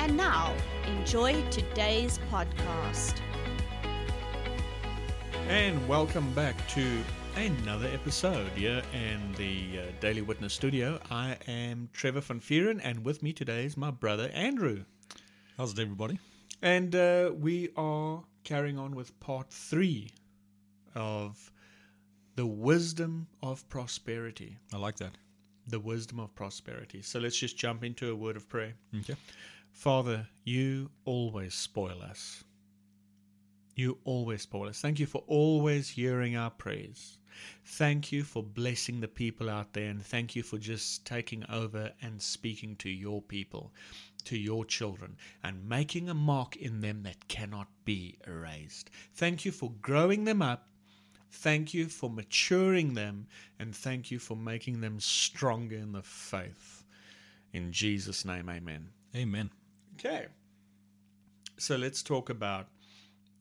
And now, enjoy today's podcast. And welcome back to another episode here in the uh, Daily Witness studio. I am Trevor Van Vieren, and with me today is my brother Andrew. How's it, everybody? And uh, we are carrying on with part three of the wisdom of prosperity. I like that. The wisdom of prosperity. So let's just jump into a word of prayer. Okay. Father, you always spoil us. You always spoil us. Thank you for always hearing our prayers. Thank you for blessing the people out there, and thank you for just taking over and speaking to your people, to your children, and making a mark in them that cannot be erased. Thank you for growing them up. Thank you for maturing them, and thank you for making them stronger in the faith. In Jesus' name, amen. Amen. Okay. So let's talk about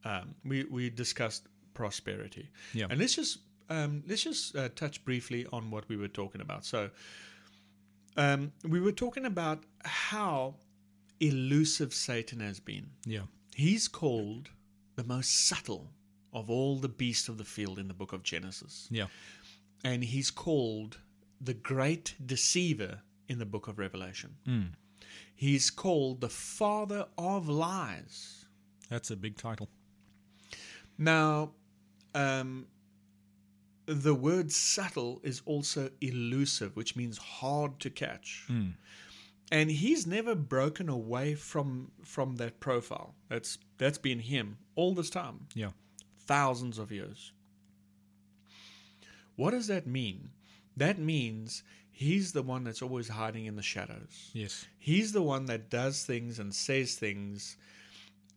um, we we discussed prosperity. Yeah. And let's just um, let's just uh, touch briefly on what we were talking about. So um, we were talking about how elusive Satan has been. Yeah. He's called the most subtle of all the beasts of the field in the book of Genesis, Yeah. and he's called the great deceiver in the book of Revelation. Mm. He's called the father of lies. That's a big title. Now, um, the word subtle is also elusive, which means hard to catch. And he's never broken away from from that profile. That's that's been him all this time, Yeah. thousands of years. What does that mean? That means he's the one that's always hiding in the shadows. Yes. He's the one that does things and says things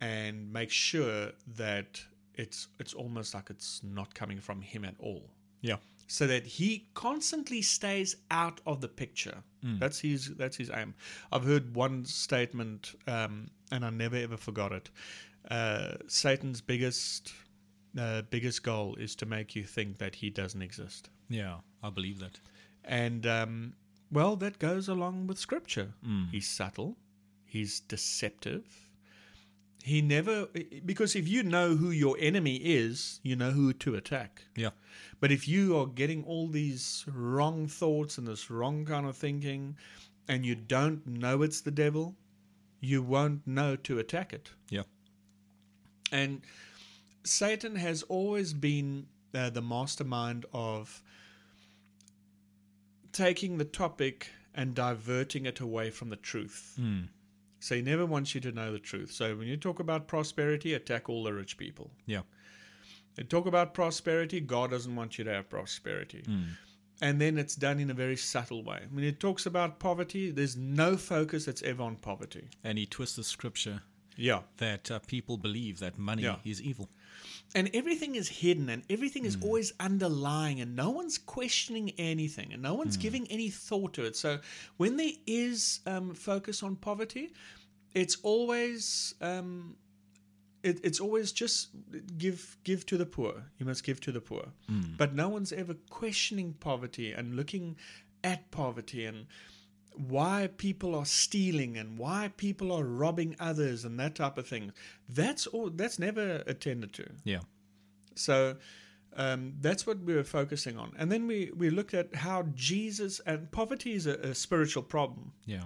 and makes sure that it's it's almost like it's not coming from him at all. Yeah. So that he constantly stays out of the picture. That's his that's his aim. I've heard one statement, um, and I never ever forgot it. Uh, Satan's biggest uh, biggest goal is to make you think that he doesn't exist. Yeah. I believe that. And um, well, that goes along with scripture. He's subtle, he's deceptive. He never, because if you know who your enemy is, you know who to attack. Yeah. But if you are getting all these wrong thoughts and this wrong kind of thinking, and you don't know it's the devil, you won't know to attack it. Yeah. And Satan has always been uh, the mastermind of taking the topic and diverting it away from the truth. So he never wants you to know the truth. So when you talk about prosperity, attack all the rich people. Yeah. You talk about prosperity, God doesn't want you to have prosperity. And then it's done in a very subtle way. When it talks about poverty, there's no focus that's ever on poverty. And he twists the scripture Yeah. that uh, people believe that money Yeah. is evil. and everything is hidden and everything is always underlying and no one's questioning anything and no one's giving any thought to it so when there is um, focus on poverty it's always um, it, it's always just give give to the poor you must give to the poor but no one's ever questioning poverty and looking at poverty and why people are stealing and why people are robbing others and that type of thing that's all that's never attended to Yeah. so um, that's what we were focusing on. And then we, we looked at how Jesus and poverty is a, a spiritual problem Yeah.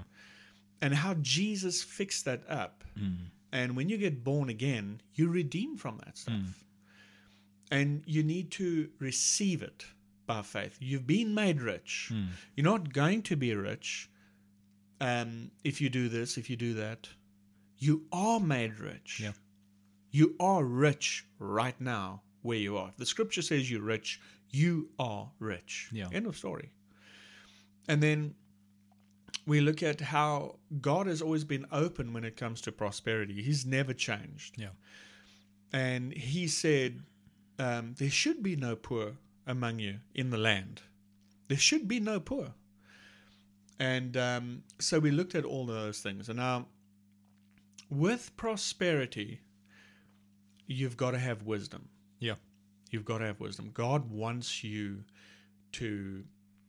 and how Jesus fixed that up. Mm. And when you get born again, you redeem from that stuff. Mm. And you need to receive it by faith. You've been made rich. Mm. You're not going to be rich um, if you do this, if you do that. You are made rich. Yeah. You are rich right now where you are. If the scripture says you're rich, you are rich. Yeah. End of story. And then we look at how God has always been open when it comes to prosperity. He's never changed. Yeah. and he said, um, There should be no poor among you in the land. There should be no poor. And um, so we looked at all those things. And now, with prosperity, you've got to have wisdom. Yeah. You've got to have wisdom. God wants you to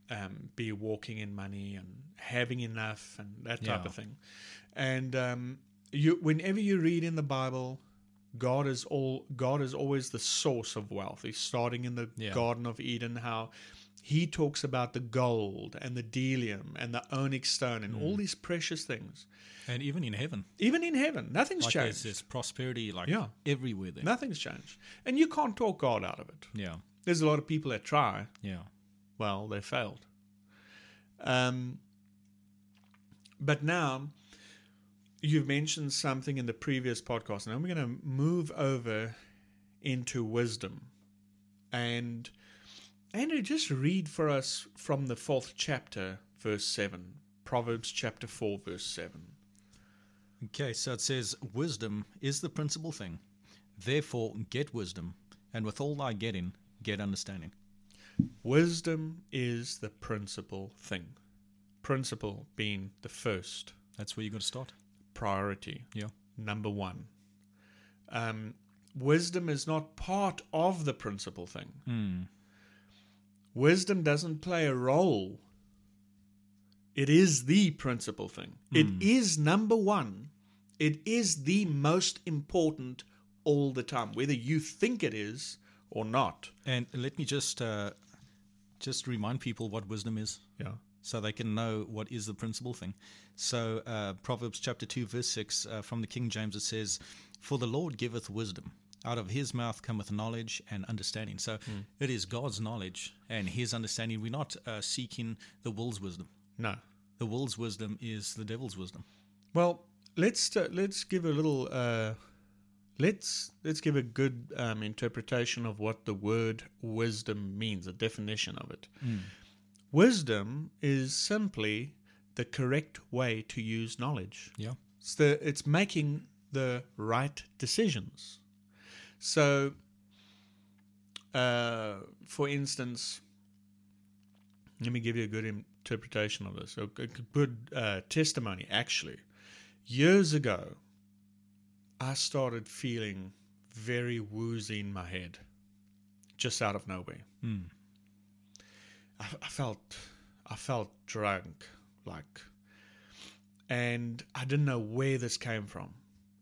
um, be walking in money and having enough and that type Yeah. of thing. And um, you, whenever you read in the Bible, God is all. God is always the source of wealth. He's starting in the Yeah. Garden of Eden, how he talks about the gold and the delium and the onyx stone and Mm. all these precious things. And even in heaven, Even in heaven, nothing's like there's, changed. there's prosperity like Yeah. everywhere there. Nothing's changed, and you can't talk God out of it. Yeah. There's a lot of people that try, Yeah. well, they failed. Um, but now, you've mentioned something in the previous podcast. Now we're going to move over into wisdom. And Andrew, just read for us from the fourth chapter, verse 7. Proverbs chapter 4, verse 7. Okay, so it says, Wisdom is the principal thing. Therefore, get wisdom, and with all thy getting, get understanding. Wisdom is the principal thing. Principle being the first That's where you got to start. priority. Yeah. number one. Um, wisdom is not part of the principal thing. Hmm. Wisdom doesn't play a role. It is the principal thing. It is number one. It is the most important all the time, whether you think it is or not. And let me just uh, just remind people what wisdom is. Yeah. so they can know what is the principal thing. So, uh, Proverbs chapter 2, verse 6 uh, from the King James, it says, For the Lord giveth wisdom, out of his mouth cometh knowledge and understanding. So, it is God's knowledge and his understanding. We're not uh, seeking the world's wisdom. No. The world's wisdom is the devil's wisdom. Well, let's uh, let's give a little uh, let's let's give a good um, interpretation of what the word wisdom means, a definition of it. Wisdom is simply the correct way to use knowledge. Yeah. It's the it's making the right decisions. So, uh, for instance, let me give you a good interpretation of this. A a good uh, testimony, actually. Years ago, I started feeling very woozy in my head, just out of nowhere. I, I felt, I felt drunk, like and I didn't know where this came from.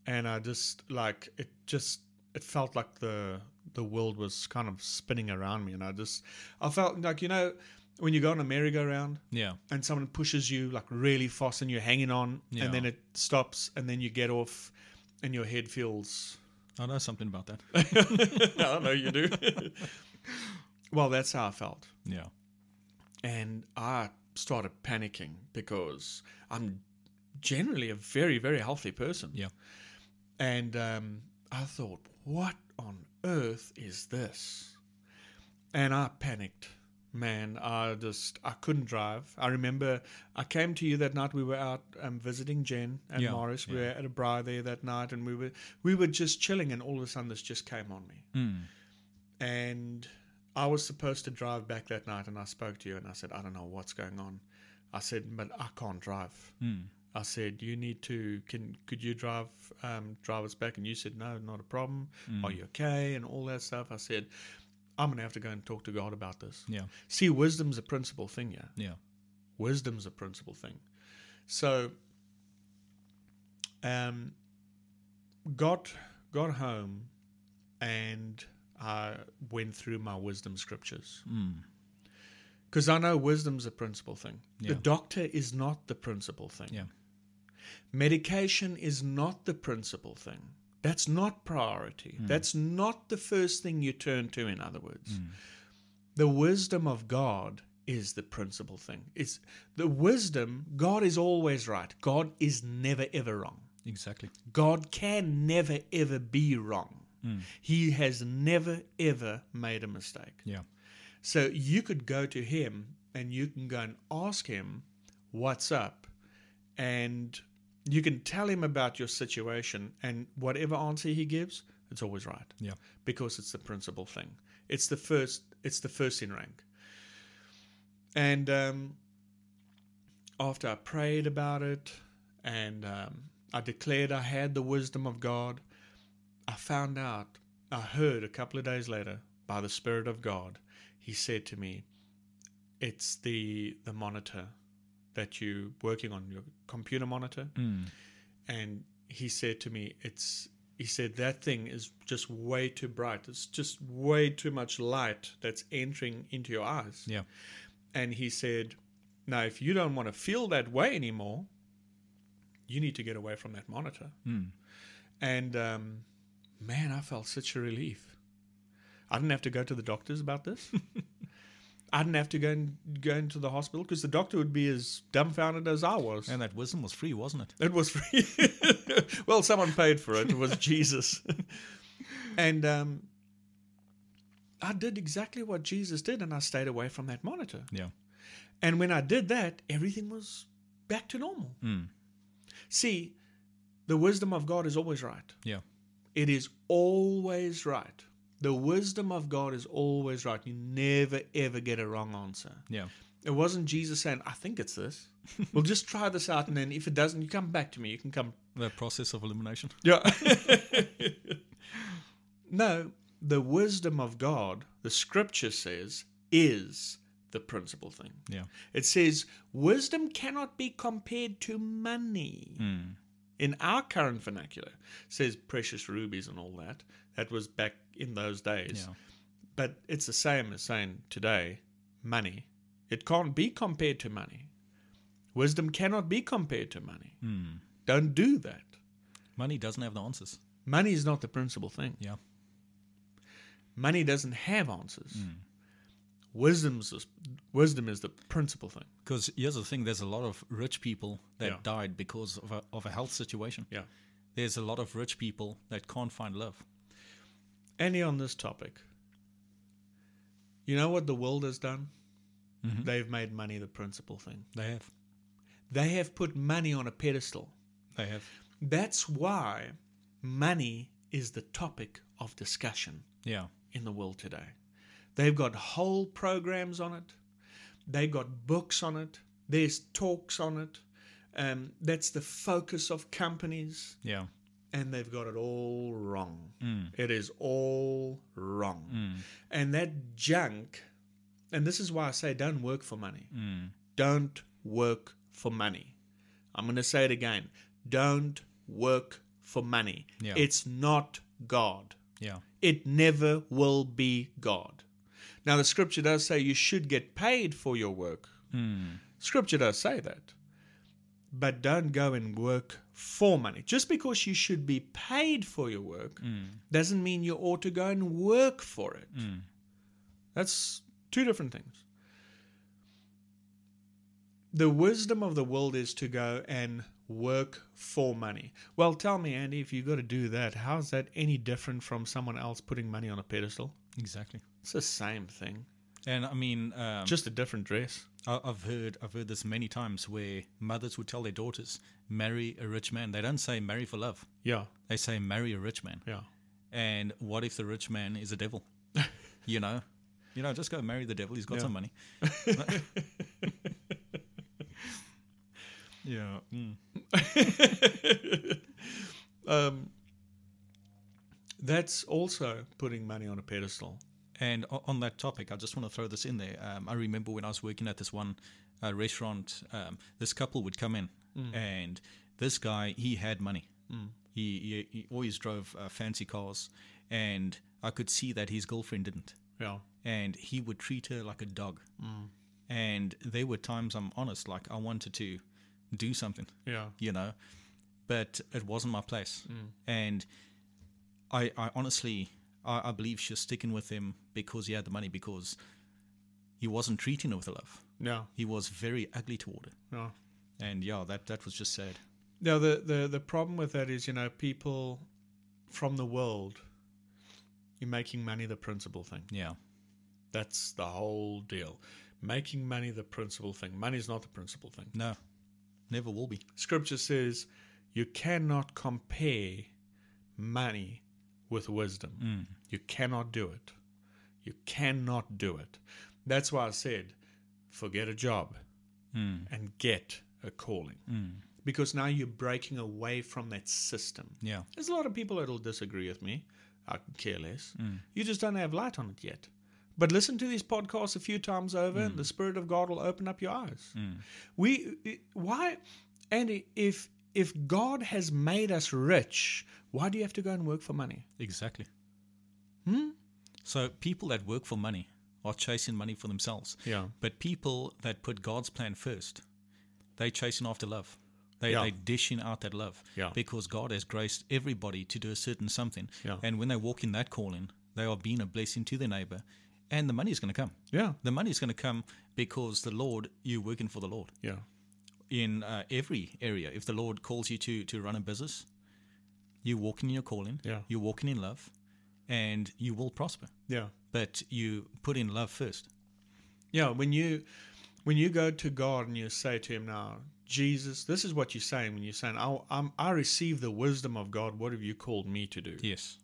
And I just like it just it felt like the the world was kind of spinning around me and I just I felt like you know when you go on a merry-go-round Yeah. and someone pushes you like really fast and you're hanging on Yeah. and then it stops and then you get off and your head feels I know something about that. I know you do. well, that's how I felt. yeah. and I started panicking because I'm generally a very, very healthy person. Yeah. And um, I thought, what on earth is this? And I panicked. Man, I just I couldn't drive. I remember I came to you that night. We were out um, visiting Jen and Yeah, Morris. We were at a bar there that night, and we were we were just chilling. And all of a sudden, this just came on me Hmm. and I was supposed to drive back that night, and I spoke to you, and I said, I don't know what's going on. I said, but I can't drive. I said, you need to. Can could you drive um, drive us back? And you said, no, not a problem. Are you okay? And all that stuff. I said, I'm gonna have to go and talk to God about this. Yeah. See, wisdom's a principal thing, yeah. Yeah. Wisdom's a principal thing. So, um, got got home, and I went through my wisdom scriptures Hmm. because I know wisdom's a principal thing. The Yeah. doctor is not the principal thing. Yeah. Medication is not the principal thing. That's not priority. Hmm. That's not the first thing you turn to, in other words. The wisdom of God is the principal thing. It's the wisdom, God is always right. God is never ever wrong. Exactly. God can never ever be wrong. He has never ever made a mistake. Yeah. So you could go to him and you can go and ask him what's up and you can tell him about your situation and whatever answer he gives, it's always right Yeah. because it's the principal thing. It's the first. It's the first in rank. And um, after I prayed about it, and um, I declared I had the wisdom of God, I found out. I heard a couple of days later by the Spirit of God. He said to me, "It's the the monitor that you working on your computer monitor." Hmm. and he said to me it's he said that thing is just way too bright it's just way too much light that's entering into your eyes Yeah. and he said now if you don't want to feel that way anymore you need to get away from that monitor and um, man i felt such a relief i didn't have to go to the doctors about this i didn't have to go, and go into the hospital because the doctor would be as dumbfounded as i was And that wisdom was free, wasn't it? it was free. well, someone paid for it. It was Jesus. and um, I did exactly what Jesus did, and I stayed away from that monitor. Yeah. And when I did that, everything was back to normal. Mm. See, the wisdom of God is always right. Yeah. It is always right. The wisdom of God is always right. You never, ever get a wrong answer. Yeah. It wasn't Jesus saying, I think it's this. we'll just try this out, and then if it doesn't, you come back to me. You can come The process of elimination. yeah. no, the wisdom of God, the scripture says, is the principal thing. Yeah. It says, wisdom cannot be compared to money. Hmm. In our current vernacular, it says precious rubies and all that. That was back in those days. Yeah. But it's the same as saying today, money. It can't be compared to money. Wisdom cannot be compared to money. Hmm. Don't do that. Money doesn't have the answers. Money is not the principal thing. Yeah. Money doesn't have answers. Hmm. Wisdom's the, wisdom is the principal thing. Because here's the thing there's a lot of rich people that Yeah. died because of a, of a health situation. Yeah. There's a lot of rich people that can't find love. Any on this topic. You know what the world has done? They've made money the principal thing. They have. They have put money on a pedestal. They have. That's why money is the topic of discussion. Yeah. in the world today. They've got whole programs on it. They've got books on it. There's talks on it. Um, that's the focus of companies, Yeah. and they've got it all wrong. It is all wrong. And that junk, and this is why I say don't work for money. Mm. Hmm. Don't work for money. I'm going to say it again. Don't work for money. Yeah. It's not God Yeah. it never will be God. Now, the scripture does say you should get paid for your work. Hmm. Scripture does say that. But don't go and work for money. Just because you should be paid for your work doesn't mean you ought to go and work for it. That's two different things. The wisdom of the world is to go and work for money. Well, tell me, Andy, if you've got to do that, how's that any different from someone else putting money on a pedestal? Exactly. It's the same thing, And I mean, um, just a different dress. I- I've heard I've heard this many times where mothers would tell their daughters, "Marry a rich man." They don't say "marry for love." Yeah, They say "marry a rich man." yeah. And what if the rich man is a devil? you know, you know, just go marry the devil. He's got some money. yeah. Mm. Um, that's also putting money on a pedestal. And o- on that topic, I just want to throw this in there. Um, I remember when I was working at this one uh, restaurant, um, this couple would come in, and this guy, he had money. He, he, he always drove uh, fancy cars, and I could see that his girlfriend didn't. Yeah, And he would treat her like a dog. And there were times, I'm honest, like I wanted to do something yeah, you know but it wasn't my place and i i honestly I, I believe she was sticking with him because he had the money because he wasn't treating her with love yeah, he was very ugly toward her yeah. and yeah that that was just sad Now the, the the problem with that is, you know, people from the world, you're making money the principal thing. yeah That's the whole deal. Making money the principal thing. Money's not the principal thing. no never will be Scripture says you cannot compare money with wisdom. You cannot do it. You cannot do it. That's why I said, forget a job and get a calling. Because now you're breaking away from that system. Yeah. There's a lot of people that'll disagree with me. I can care less. You just don't have light on it yet. But listen to these podcasts a few times over, and the Spirit of God will open up your eyes. We why, Andy? If if God has made us rich, why do you have to go and work for money? Exactly. Hmm? So people that work for money are chasing money for themselves. Yeah. But people that put God's plan first, they chasing after love. They Yeah. they dishing out that love. Yeah. Because God has graced everybody to do a certain something. Yeah. And when they walk in that calling, they are being a blessing to their neighbor, and the money is going to come. Yeah, The money is going to come because the Lord, you're working for the Lord yeah, in uh, every area. If the Lord calls you to to run a business, you're walking in your calling. Yeah. You're walking in love, and you will prosper. yeah, But you put in love first. yeah. When you when you go to God and you say to Him now, Jesus, this is what you're saying when you're saying, I I'm, I receive the wisdom of God. What have you called me to do? Yes.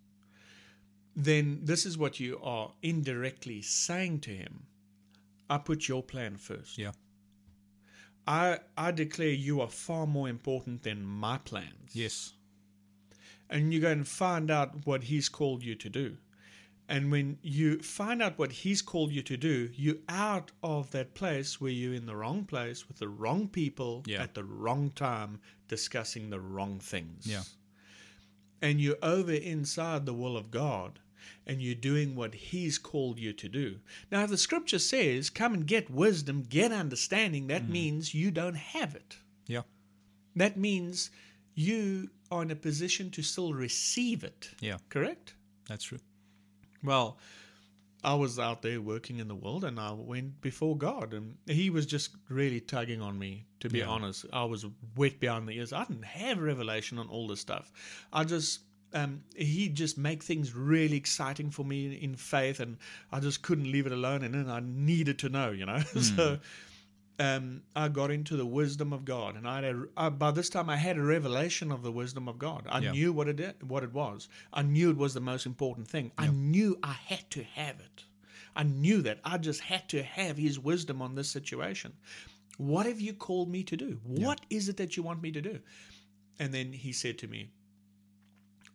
Then this is what you are indirectly saying to Him. I put your plan first. Yeah. I I declare you are far more important than my plans. Yes. and you go and find out what he's called you to do. And when you find out what he's called you to do, you're out of that place where you're in the wrong place with the wrong people Yeah. at the wrong time discussing the wrong things. Yeah. And you're over inside the will of God and you're doing what he's called you to do. Now, if the scripture says, come and get wisdom, get understanding, that Mm. means you don't have it. Yeah. That means you are in a position to still receive it. Yeah. Correct? That's true. Well, I was out there working in the world and I went before God and he was just really tugging on me to be Yeah. honest. I was wet behind the ears. I didn't have revelation on all this stuff. I just um, he just make things really exciting for me in, in faith and I just couldn't leave it alone and then I needed to know, you know. so Hmm. um, I got into the wisdom of God, and I had a, I, by this time I had a revelation of the wisdom of God. I Yeah. knew what it i- what it was. I knew it was the most important thing. I knew I had to have it. I knew that I just had to have His wisdom on this situation. What have you called me to do? What is it that you want me to do? And then He said to me,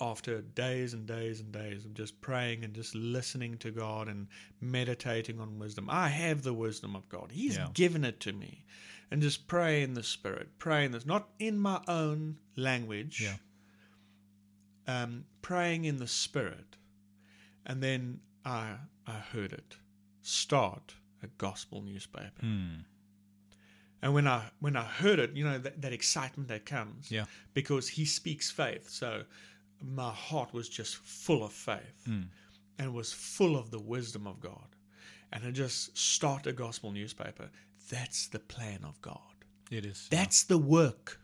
after days and days and days of just praying and just listening to God and meditating on wisdom. I have the wisdom of God. He's Yeah. given it to me. And just pray in the spirit, pray in this, not in my own language, Yeah. um, praying in the spirit. And then I, I heard it. Start a gospel newspaper. Hmm. And when I when I heard it, you know that, that excitement that comes, Yeah. because he speaks faith. So my heart was just full of faith, and was full of the wisdom of God, and I just start a gospel newspaper. That's the plan of God. It is. That's the work.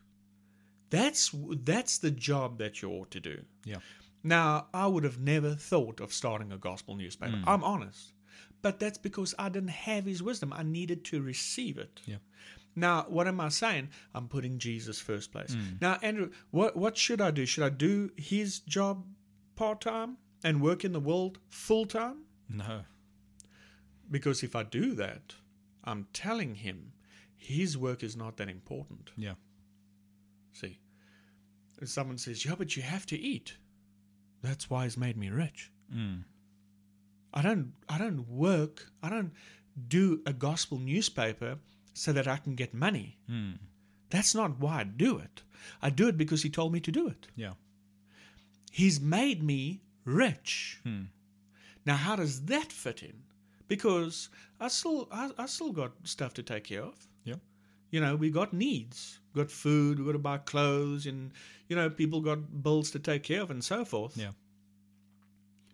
That's that's the job that you ought to do. yeah. Now, I would have never thought of starting a gospel newspaper. I'm honest. But that's because I didn't have his wisdom. I needed to receive it. Yeah. Now, what am I saying? I'm putting Jesus first place. Now, Andrew, what, what should I do? Should I do his job part time and work in the world full time? No. Because if I do that, I'm telling him his work is not that important. Yeah. See, if someone says, "Yeah, but you have to eat," that's why it's made me rich. Hmm. I don't, I don't work, I don't do a gospel newspaper so that I can get money. Hmm. That's not why I do it. I do it because he told me to do it. Yeah. He's made me rich. Now, how does that fit in? Because I still, I, I still got stuff to take care of Yeah. you know, we got needs. We got food, we got to buy clothes, and, you know, people got bills to take care of and so forth. Yeah.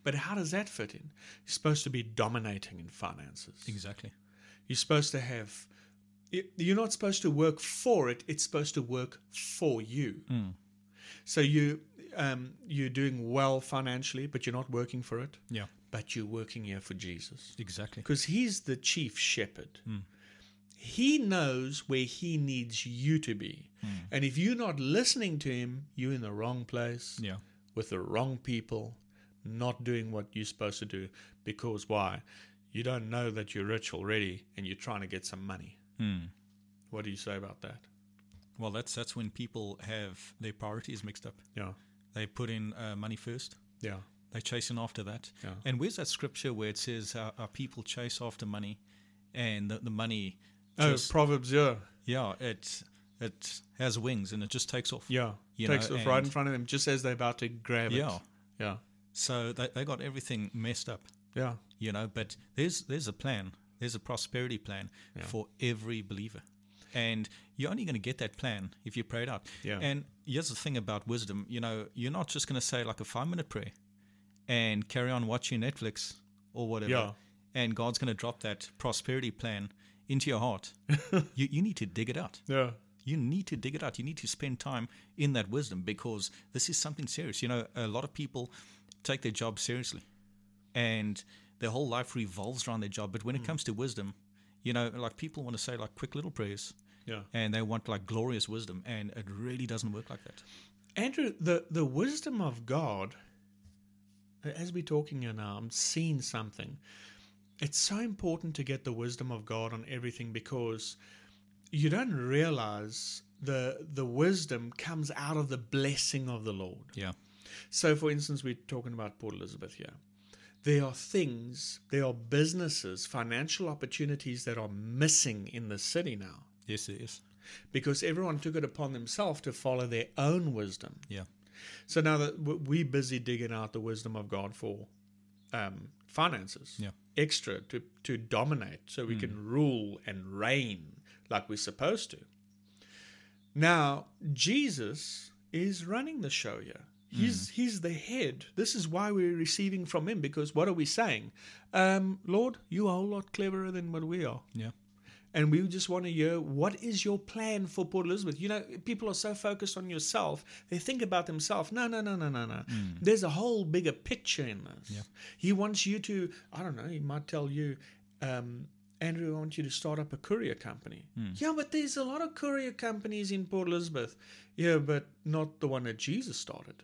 But how does that fit in? You're supposed to be dominating in finances. Exactly. You're supposed to have, it- you're not supposed to work for it, it's supposed to work for you. So you, um, you're doing well financially, but you're not working for it, Yeah. but you're working here for Jesus Exactly. because he's the chief shepherd. Hmm. He knows where he needs you to be. Hmm. And if you're not listening to him, you're in the wrong place Yeah. with the wrong people, not doing what you're supposed to do because why? You don't know that you're rich already and you're trying to get some money. Hmm. What do you say about that? Well, that's that's when people have their priorities mixed up. Yeah, They put in uh, money first. yeah, They're chasing after that. Yeah. And where's that scripture where it says our, our people chase after money, and the, the money, oh, just- Proverbs, yeah, yeah, it it has wings and it just takes off. yeah, You takes know, off right in and- front of them just as they're about to grab Yeah. it. Yeah, So they, they got everything messed up, yeah, you know. But there's there's a plan. There's a prosperity plan for every believer, and you're only going to get that plan if you pray it out. Yeah. And here's the thing about wisdom. You know, you're not just going to say like a five minute prayer, and carry on watching Netflix or whatever. Yeah. And God's going to drop that prosperity plan into your heart. you you need to dig it out. yeah, You need to dig it out. You need to spend time in that wisdom because this is something serious. You know, a lot of people take their job seriously and their whole life revolves around their job. But when it comes to wisdom, you know, like people want to say like quick little prayers yeah. and they want like glorious wisdom. And it really doesn't work like that. Andrew, the, the wisdom of God, as we're talking here now, I'm seeing something. It's so important to get the wisdom of God on everything because you don't realize the the wisdom comes out of the blessing of the Lord. Yeah. So, for instance, we're talking about Port Elizabeth here. There are things, there are businesses, financial opportunities that are missing in the city now Yes, it is. because everyone took it upon themselves to follow their own wisdom. Yeah. So now that w- we're busy digging out the wisdom of God for um, finances, Yeah. extra to to dominate, so we can rule and reign like we're supposed to. Now Jesus is running the show here. He's he's the head. This is why we're receiving from him because what are we saying? Um, Lord, you are a whole lot cleverer than what we are Yeah. and we just want to hear what is your plan for Port Elizabeth. You know, people are so focused on yourself; they think about themselves. No, no, no, no, no, no. There's a whole bigger picture in this. He wants you to. I don't know. He might tell you. Um, Andrew, I want you to start up a courier company. Yeah, but there's a lot of courier companies in Port Elizabeth. Yeah, but not the one that Jesus started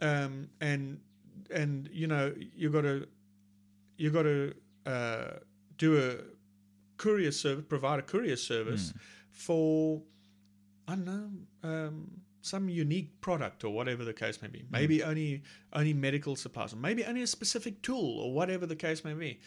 um, and and you know you got to you got to uh, do a courier service, provide a courier service for I don't know um, some unique product or whatever the case may be. Maybe only only medical supplies, or maybe only a specific tool or whatever the case may be.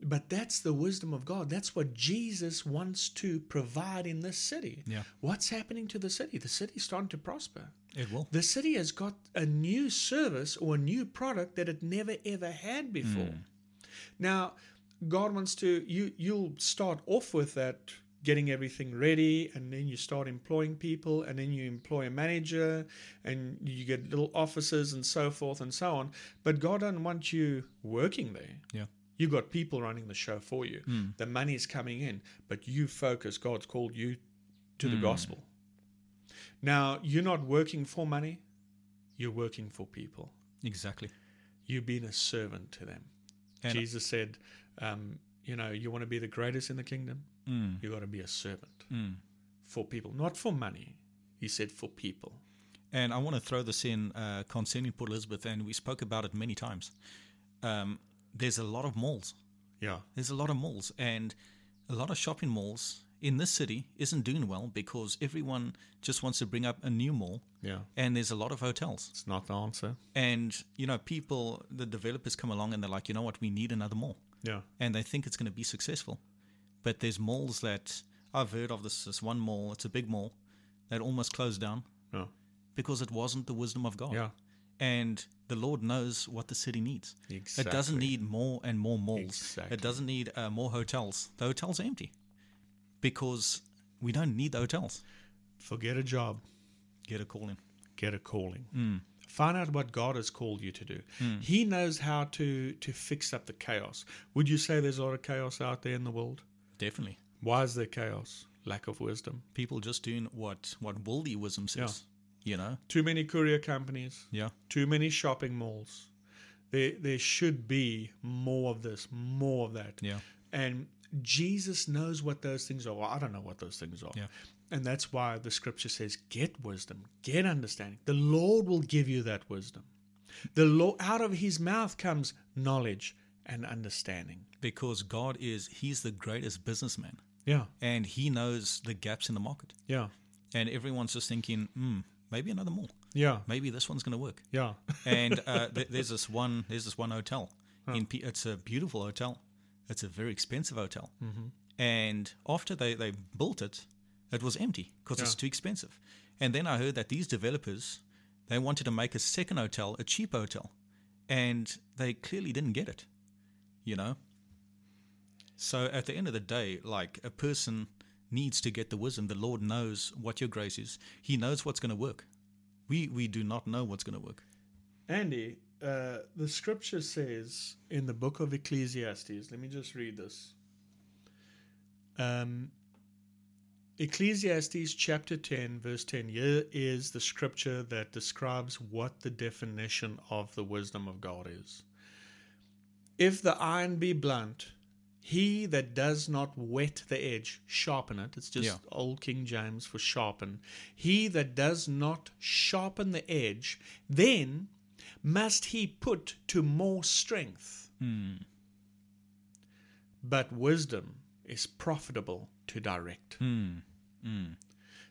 But that's the wisdom of God. That's what Jesus wants to provide in this city. Yeah. What's happening to the city? The city's starting to prosper It will. the city has got a new service or a new product that it never ever had before. Now, God wants to you you'll start off with that getting everything ready and then you start employing people and then you employ a manager and you get little offices and so forth and so on. But God doesn't want you working there. Yeah. You got people running the show for you. The money's coming in, but you focus. God's called you to the gospel. Now, you're not working for money, you're working for people. Exactly. You've been a servant to them. And- Jesus said, um, You know, you want to be the greatest in the kingdom? Mm. You got to be a servant Mm. for people, not for money. He said, For people. And I want to throw this in uh, concerning Port Elizabeth, and we spoke about it many times. Um, there's a lot of malls. Yeah. There's a lot of malls, and a lot of shopping malls in this city isn't doing well because everyone just wants to bring up a new mall, Yeah. and there's a lot of hotels. It's not the answer. And, you know, people, the developers come along and they're like, you know what, we need another mall. Yeah. And they think it's going to be successful. But there's malls that I've heard of this, this one mall, it's a big mall that almost closed down Yeah. because it wasn't the wisdom of God. Yeah. And the Lord knows what the city needs. It Exactly. doesn't need more and more malls. Exactly. It doesn't need uh, more hotels. The hotels are empty because we don't need the hotels. Forget a job. Get a call in. get a calling. Find out what God has called you to do. He knows how to to fix up the chaos. Would you say there's a lot of chaos out there in the world? Definitely. Why is there chaos? Lack of wisdom. People just doing what what worldly wisdom says. You know. Too many courier companies. Yeah. Too many shopping malls. There there should be more of this, more of that. Yeah. And Jesus knows what those things are. Well, I don't know what those things are. Yeah. And that's why the scripture says, get wisdom, get understanding. The Lord will give you that wisdom. The law out of his mouth comes knowledge and understanding. because God is he's the greatest businessman Yeah, and he knows the gaps in the market. yeah, And everyone's just thinking, hmm, maybe another mall. yeah, Maybe this one's going to work. yeah, and uh, th- there's this one there's this one hotel in P- it's a beautiful hotel it's a very expensive hotel and after they, they built it it was empty because it's Yeah. too expensive and then i heard that these developers they wanted to make a second hotel a cheap hotel and they clearly didn't get it you know so at the end of the day like a person needs to get the wisdom the lord knows what your grace is he knows what's going to work we we do not know what's going to work Andy, uh, the scripture says in the book of Ecclesiastes, let me just read this. Um, Ecclesiastes chapter 10, verse 10. Here is the scripture that describes what the definition of the wisdom of God is. If the iron be blunt, he that does not wet the edge, sharpen it. It's just Yeah. old King James for sharpen. He that does not sharpen the edge, then must he put to more strength. Hmm. But wisdom is profitable to direct. Hmm.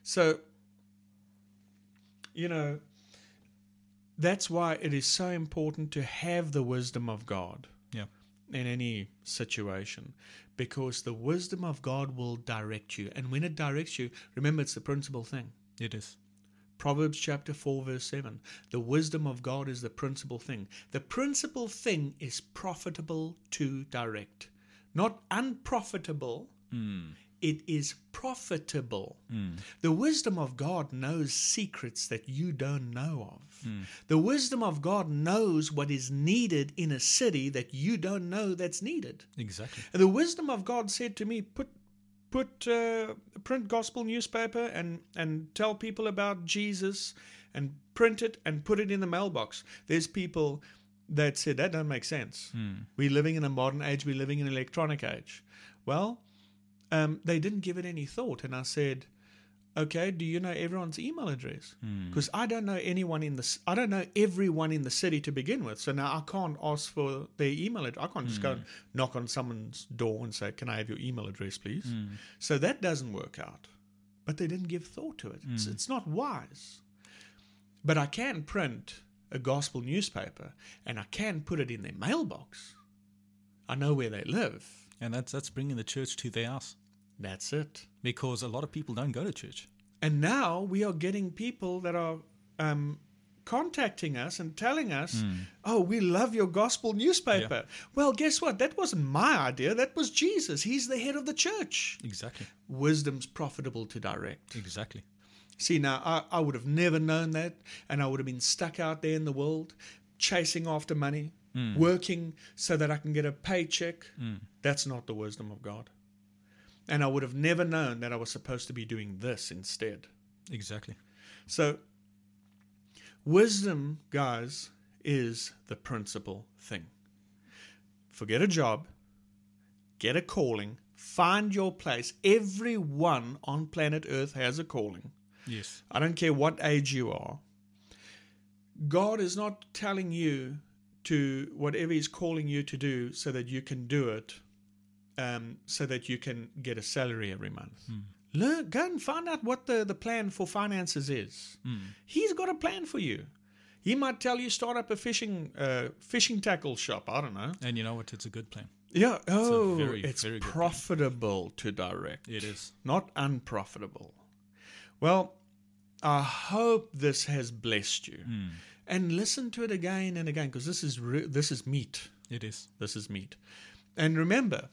So, you know, that's why it is so important to have the wisdom of God Yeah. in any situation because the wisdom of God will direct you. And when it directs you, remember it's the principal thing. It is. Proverbs chapter 4, verse 7. The wisdom of God is the principal thing. The principal thing is profitable to direct, not unprofitable. It is profitable. The wisdom of God knows secrets that you don't know of. The wisdom of God knows what is needed in a city that you don't know that's needed. Exactly. And the wisdom of God said to me, put put uh, print gospel newspaper and and tell people about Jesus and print it and put it in the mailbox. There's people that said that don't make sense. We're living in a modern age. We're living in an electronic age. Well, um, they didn't give it any thought, and I said. Okay, do you know everyone's email address? Because I don't know anyone in this. I don't know everyone in the city to begin with. So now I can't ask for their email address. I can't just go and knock on someone's door and say, "Can I have your email address, please?" So that doesn't work out. But they didn't give thought to it. It's, it's not wise. But I can print a gospel newspaper and I can put it in their mailbox. I know where they live. And that's that's bringing the church to their house That's it. because a lot of people don't go to church. And now we are getting people that are um, contacting us and telling us, oh, we love your gospel newspaper. Well, guess what? That wasn't my idea. That was Jesus. He's the head of the church. Exactly. Wisdom's profitable to direct. Exactly. See, now I, I would have never known that, and I would have been stuck out there in the world chasing after money, working so that I can get a paycheck. That's not the wisdom of God. And I would have never known that I was supposed to be doing this instead. Exactly. So, wisdom, guys, is the principal thing. Forget a job, get a calling, find your place. Everyone on planet Earth has a calling. Yes. I don't care what age you are. God is not telling you to whatever He's calling you to do so that you can do it, um, so that you can get a salary every month. Learn, go and find out what the, the plan for finances is. He's got a plan for you. He might tell you start up a fishing uh, fishing tackle shop. I don't know. And you know what? It's a good plan. Yeah. Oh, it's, very, very good plan. profitable to direct It is. not unprofitable. Well, I hope this has blessed you. Hmm. And listen to it again and again because this is re- this is meat. It is. This is meat. And remember,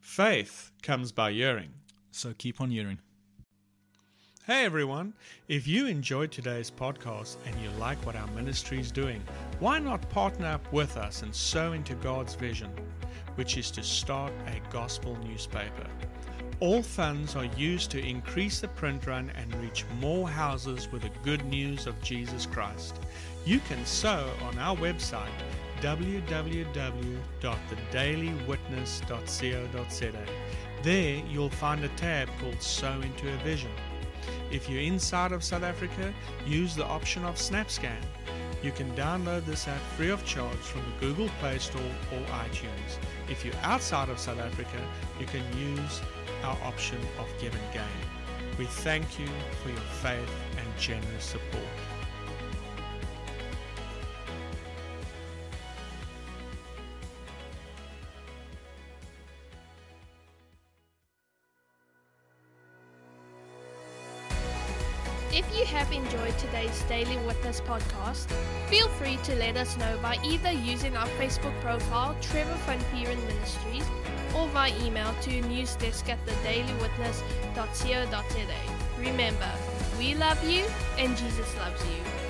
faith comes by hearing. So keep on hearing. Hey everyone, if you enjoyed today's podcast and you like what our ministry is doing, why not partner up with us and sow into God's vision, which is to start a gospel newspaper? All funds are used to increase the print run and reach more houses with the good news of Jesus Christ. You can sow on our website www.thedailywitness.co.za. There you'll find a tab called Sow into a Vision. If you're inside of South Africa, use the option of SnapScan. You can download this app free of charge from the Google Play Store or iTunes. If you're outside of South Africa, you can use our option of Give and Gain. We thank you for your faith and generous support. If you have enjoyed today's Daily Witness podcast, feel free to let us know by either using our Facebook profile, Trevor Van Pieren Ministries, or by email to newsdesk at thedailywitness.co.za. Remember, we love you and Jesus loves you.